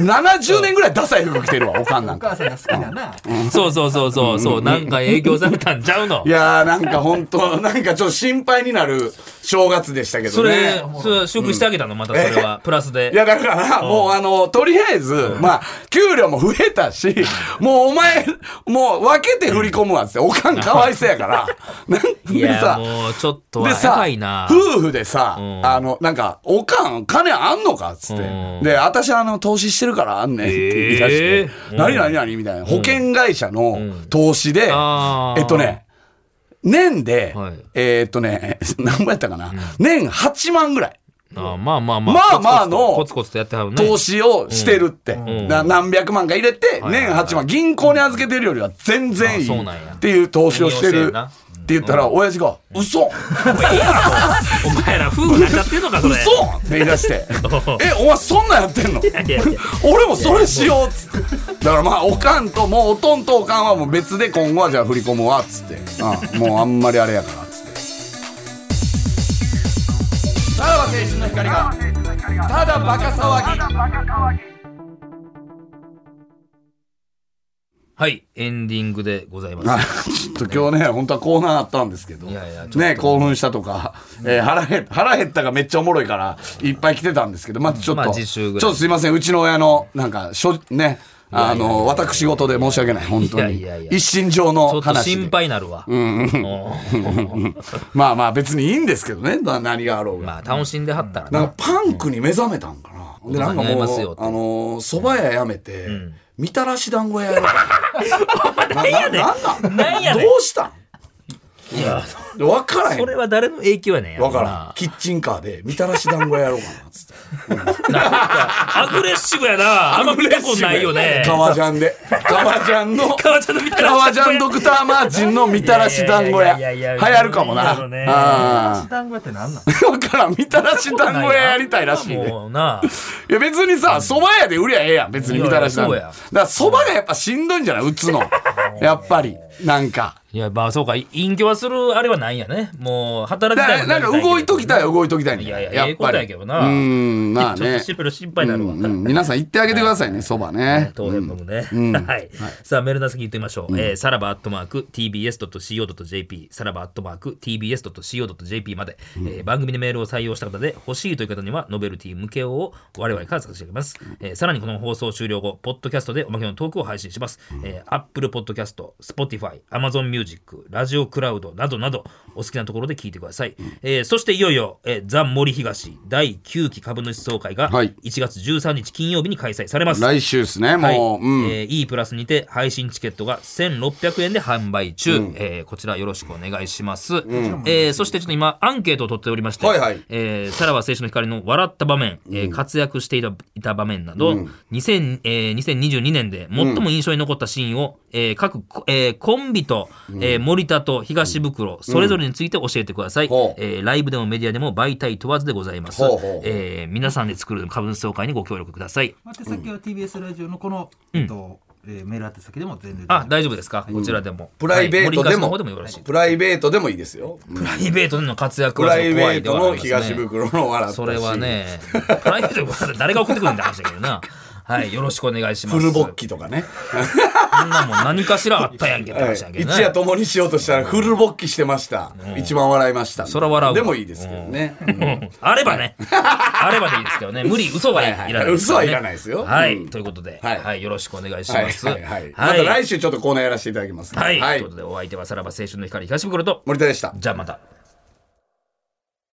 [SPEAKER 3] 70年ぐらいダサい服着てるわおかんなん
[SPEAKER 4] お母
[SPEAKER 3] か
[SPEAKER 4] さんが好きだな
[SPEAKER 2] そうそうそうそうそう、なんか影響されたんちゃうの
[SPEAKER 3] い。やーなんか本当なんかちょっと心配になる正月でしたけ
[SPEAKER 2] そ
[SPEAKER 3] ど
[SPEAKER 2] れ
[SPEAKER 3] ね、
[SPEAKER 2] それ、祝してあげたの、またそれは、プラスで。
[SPEAKER 3] いやだからもうあのとりあえずまあ給料も増えたしもうお前もう分けて振り込むわっつっておかんかわいそうやからなん
[SPEAKER 2] い
[SPEAKER 3] で
[SPEAKER 2] や
[SPEAKER 3] さ
[SPEAKER 2] もうちょっとは
[SPEAKER 3] で
[SPEAKER 2] や
[SPEAKER 3] さ
[SPEAKER 2] ばいな。
[SPEAKER 3] 夫婦でさ、
[SPEAKER 2] ん
[SPEAKER 3] あのなんか「おかん金あんのか?」っつって
[SPEAKER 2] うん
[SPEAKER 3] 「で私あの投資してるからあんねん」って言い出して
[SPEAKER 2] えー
[SPEAKER 3] 「何何何?」みたいな保険会社の投資で、
[SPEAKER 2] あー
[SPEAKER 3] えっとね年で、
[SPEAKER 2] はい
[SPEAKER 3] えーっとね [LAUGHS] 何本やったかな、年8万ぐらい
[SPEAKER 2] あまあまあまあ。
[SPEAKER 3] まあまあの
[SPEAKER 2] コツコツとコツコツとやってはるね。
[SPEAKER 3] 投資をしてるって、
[SPEAKER 2] ん
[SPEAKER 3] な何百万か入れて年8万銀行に預けてるよりは全然いい
[SPEAKER 2] あそうなんや
[SPEAKER 3] っていう投資をして
[SPEAKER 2] 運用して
[SPEAKER 3] る
[SPEAKER 2] んな
[SPEAKER 3] って言ったら親父が「嘘
[SPEAKER 2] お前ら夫婦なっちゃってんのか、それ。
[SPEAKER 3] 嘘!」って言い
[SPEAKER 2] [LAUGHS]
[SPEAKER 3] 出して「えお前そんなんやってんの?」
[SPEAKER 2] いやいや
[SPEAKER 3] [LAUGHS] 俺もそれしようっつってだからまあおかんともうおとんとおかんはもう別で今後はじゃあ振り込むわっつって、うん、もうあんまりあれやからっつってさらば
[SPEAKER 5] 青春の光がただバカ騒ぎ
[SPEAKER 2] はい、エンディングでございます。
[SPEAKER 3] あちょっと今日ね、本当はコーナーあったんですけど、
[SPEAKER 2] いやいやちょっと
[SPEAKER 3] ね、興奮したとか、えー腹減っ腹減ったがめっちゃおもろいから、いっぱい来てたんですけど、まあちょっと、
[SPEAKER 2] まあ
[SPEAKER 3] ち
[SPEAKER 2] 次週
[SPEAKER 3] ょ
[SPEAKER 2] ぐら
[SPEAKER 3] っ
[SPEAKER 2] い
[SPEAKER 3] とすいません、うちの親の、なんか、しょね、あの、私事で申し訳ない、本当に。
[SPEAKER 2] いやいやいや
[SPEAKER 3] 一身上
[SPEAKER 2] ちょ
[SPEAKER 3] の
[SPEAKER 2] っと
[SPEAKER 3] 話
[SPEAKER 2] 心
[SPEAKER 3] で。
[SPEAKER 2] 配なるわ。うん
[SPEAKER 3] まあまあ別にいいんですけどね、な何があろうが。
[SPEAKER 2] まあ、楽しんではったら
[SPEAKER 3] なん
[SPEAKER 2] な。
[SPEAKER 3] かパンクに目覚めたんかな。で、なんか
[SPEAKER 2] お
[SPEAKER 3] も
[SPEAKER 2] 金合い
[SPEAKER 3] う、あ
[SPEAKER 2] ますよって
[SPEAKER 3] のー、蕎麦屋やめて、みたらし団子屋やろうかな。なななんなん
[SPEAKER 2] なんや
[SPEAKER 3] ど
[SPEAKER 2] ねん
[SPEAKER 3] うした
[SPEAKER 2] いや、
[SPEAKER 3] んわからへん
[SPEAKER 2] そ。れは誰の影響やねんやろ
[SPEAKER 3] わ
[SPEAKER 2] な。
[SPEAKER 3] からん。キッチンカーで、みたらし団子やろうかなっつって。
[SPEAKER 2] アグレッシブやな。あんま見たことないよね。
[SPEAKER 3] 革ジャンで。革ジャンの、
[SPEAKER 2] 革ジャンのみたらし
[SPEAKER 3] 革ジャンドクターマーチンのみたらし団子
[SPEAKER 2] いや
[SPEAKER 3] 屋。
[SPEAKER 2] い
[SPEAKER 3] 流
[SPEAKER 2] やいやいや
[SPEAKER 3] 行るかもな。
[SPEAKER 2] いいよね
[SPEAKER 3] あ
[SPEAKER 4] 団子ってなんなん
[SPEAKER 3] あ。わからん。みたらし団子屋やりたいらしいね。
[SPEAKER 2] もうな。
[SPEAKER 3] いや別にさ、蕎麦屋で売りゃええやん。別にみたらし団子。
[SPEAKER 2] い
[SPEAKER 3] だ
[SPEAKER 2] やい
[SPEAKER 3] か
[SPEAKER 2] や
[SPEAKER 3] ら蕎麦がやっぱしんどいんじゃない打つの。やっぱり。なんか。
[SPEAKER 2] いや、まあそうか。隠居はするあれはないんやね。もう、働
[SPEAKER 3] だ
[SPEAKER 2] き
[SPEAKER 3] か
[SPEAKER 2] たい
[SPEAKER 3] らなんか動いときたい、動いときたいね。
[SPEAKER 2] いやいや
[SPEAKER 3] や
[SPEAKER 2] え
[SPEAKER 3] っ
[SPEAKER 2] えこ
[SPEAKER 3] ぱ
[SPEAKER 2] と
[SPEAKER 3] り。
[SPEAKER 2] やけどな
[SPEAKER 3] うーん、まあ
[SPEAKER 2] ちょっ
[SPEAKER 3] ね
[SPEAKER 2] と。白心配になるわ。
[SPEAKER 3] うんうん皆さん行ってあげてくださいね、蕎麦ね。
[SPEAKER 2] 当然僕ね。 [LAUGHS] はい。さあ、メールの先言ってみましょう。えーさらばアットマーク tbs.co.jp、さらばアットマーク tbs.co.jp まで、えー番組でメールを採用した方で欲しいという方には、ノベルティ向けを我々から差し上げます。えーさらにこの放送終了後、ポッドキャストでおまけのトークを配信します。えー Apple Podcast、Spotify、Amazon Music、ラジオクラウドなどなど、お好きなところで聞いてください。えーそしていよいよ、えーザ・森東第9期株主総会が
[SPEAKER 3] はい
[SPEAKER 2] 1月13日金曜日に開催されます。
[SPEAKER 3] 来週ですね、
[SPEAKER 2] はい
[SPEAKER 3] もう。うん。
[SPEAKER 2] えー E プラスにて配信チケットが1600円で販売中、えーこちらよろしくお願いします、えーそしてちょっと今アンケートを取っておりまして、
[SPEAKER 3] はいはい
[SPEAKER 2] えーさらば青春の光の笑った場面、えー活躍していたいた場面など、2000えー2022年で最も印象に残ったシーンを、えー各、えーコンビと、えー森田と東袋それぞれについて教えてください、
[SPEAKER 3] ほう
[SPEAKER 2] えーライブでもメディアでも媒体問わずでございます
[SPEAKER 3] ほうほう
[SPEAKER 2] えー皆さんで作る株主総会にご協力ください
[SPEAKER 4] 宛先は TBS ラジオのこの、えっとえーメール宛先でも全然
[SPEAKER 2] あ、大丈夫ですか、こちらでも。
[SPEAKER 3] プライベート
[SPEAKER 2] はい森
[SPEAKER 3] で
[SPEAKER 2] 東の
[SPEAKER 3] も、
[SPEAKER 2] 方でもよろしい。
[SPEAKER 3] プライベートでもいいですよ。
[SPEAKER 2] プライベートでの活躍
[SPEAKER 3] プ
[SPEAKER 2] は
[SPEAKER 3] ラ
[SPEAKER 2] ちょっ
[SPEAKER 3] イ
[SPEAKER 2] と
[SPEAKER 3] ベ
[SPEAKER 2] 怖い
[SPEAKER 3] ー
[SPEAKER 2] で
[SPEAKER 3] ト
[SPEAKER 2] はあ
[SPEAKER 3] の
[SPEAKER 2] ります
[SPEAKER 3] 東
[SPEAKER 2] ね。
[SPEAKER 3] 袋の笑ったし
[SPEAKER 2] それは、ね、プライベートでも誰が送ってくるんだ話だけど
[SPEAKER 3] [LAUGHS]
[SPEAKER 2] な。はい、よろしくお願いします。
[SPEAKER 3] フルボッキとかね。
[SPEAKER 2] こんなもん何かしらあったやんけって話やけど
[SPEAKER 3] 一夜
[SPEAKER 2] ね。
[SPEAKER 3] 共にしようとしたらフルボッキしてました。一番笑いました。
[SPEAKER 2] そら笑うわ
[SPEAKER 3] でもいいですけどね。
[SPEAKER 2] うんあればね、あればでいいですけど
[SPEAKER 3] [LAUGHS]
[SPEAKER 2] ね、無理、嘘はい
[SPEAKER 3] はいはい
[SPEAKER 2] いらないですからね。
[SPEAKER 3] 嘘はいらないですよ
[SPEAKER 2] は
[SPEAKER 3] う
[SPEAKER 2] い、
[SPEAKER 3] ん
[SPEAKER 2] ということで、
[SPEAKER 3] はい
[SPEAKER 2] はい、よろしくお願いし
[SPEAKER 3] はい
[SPEAKER 2] ま
[SPEAKER 3] はい
[SPEAKER 2] す。
[SPEAKER 3] はい。また来週ちょっとコーナーやらせていただきますね。
[SPEAKER 2] はい、
[SPEAKER 3] は
[SPEAKER 2] という
[SPEAKER 3] い
[SPEAKER 2] こと。で、お相手はさらば青春の光東袋と、
[SPEAKER 3] 森田でした。
[SPEAKER 2] じゃあまた。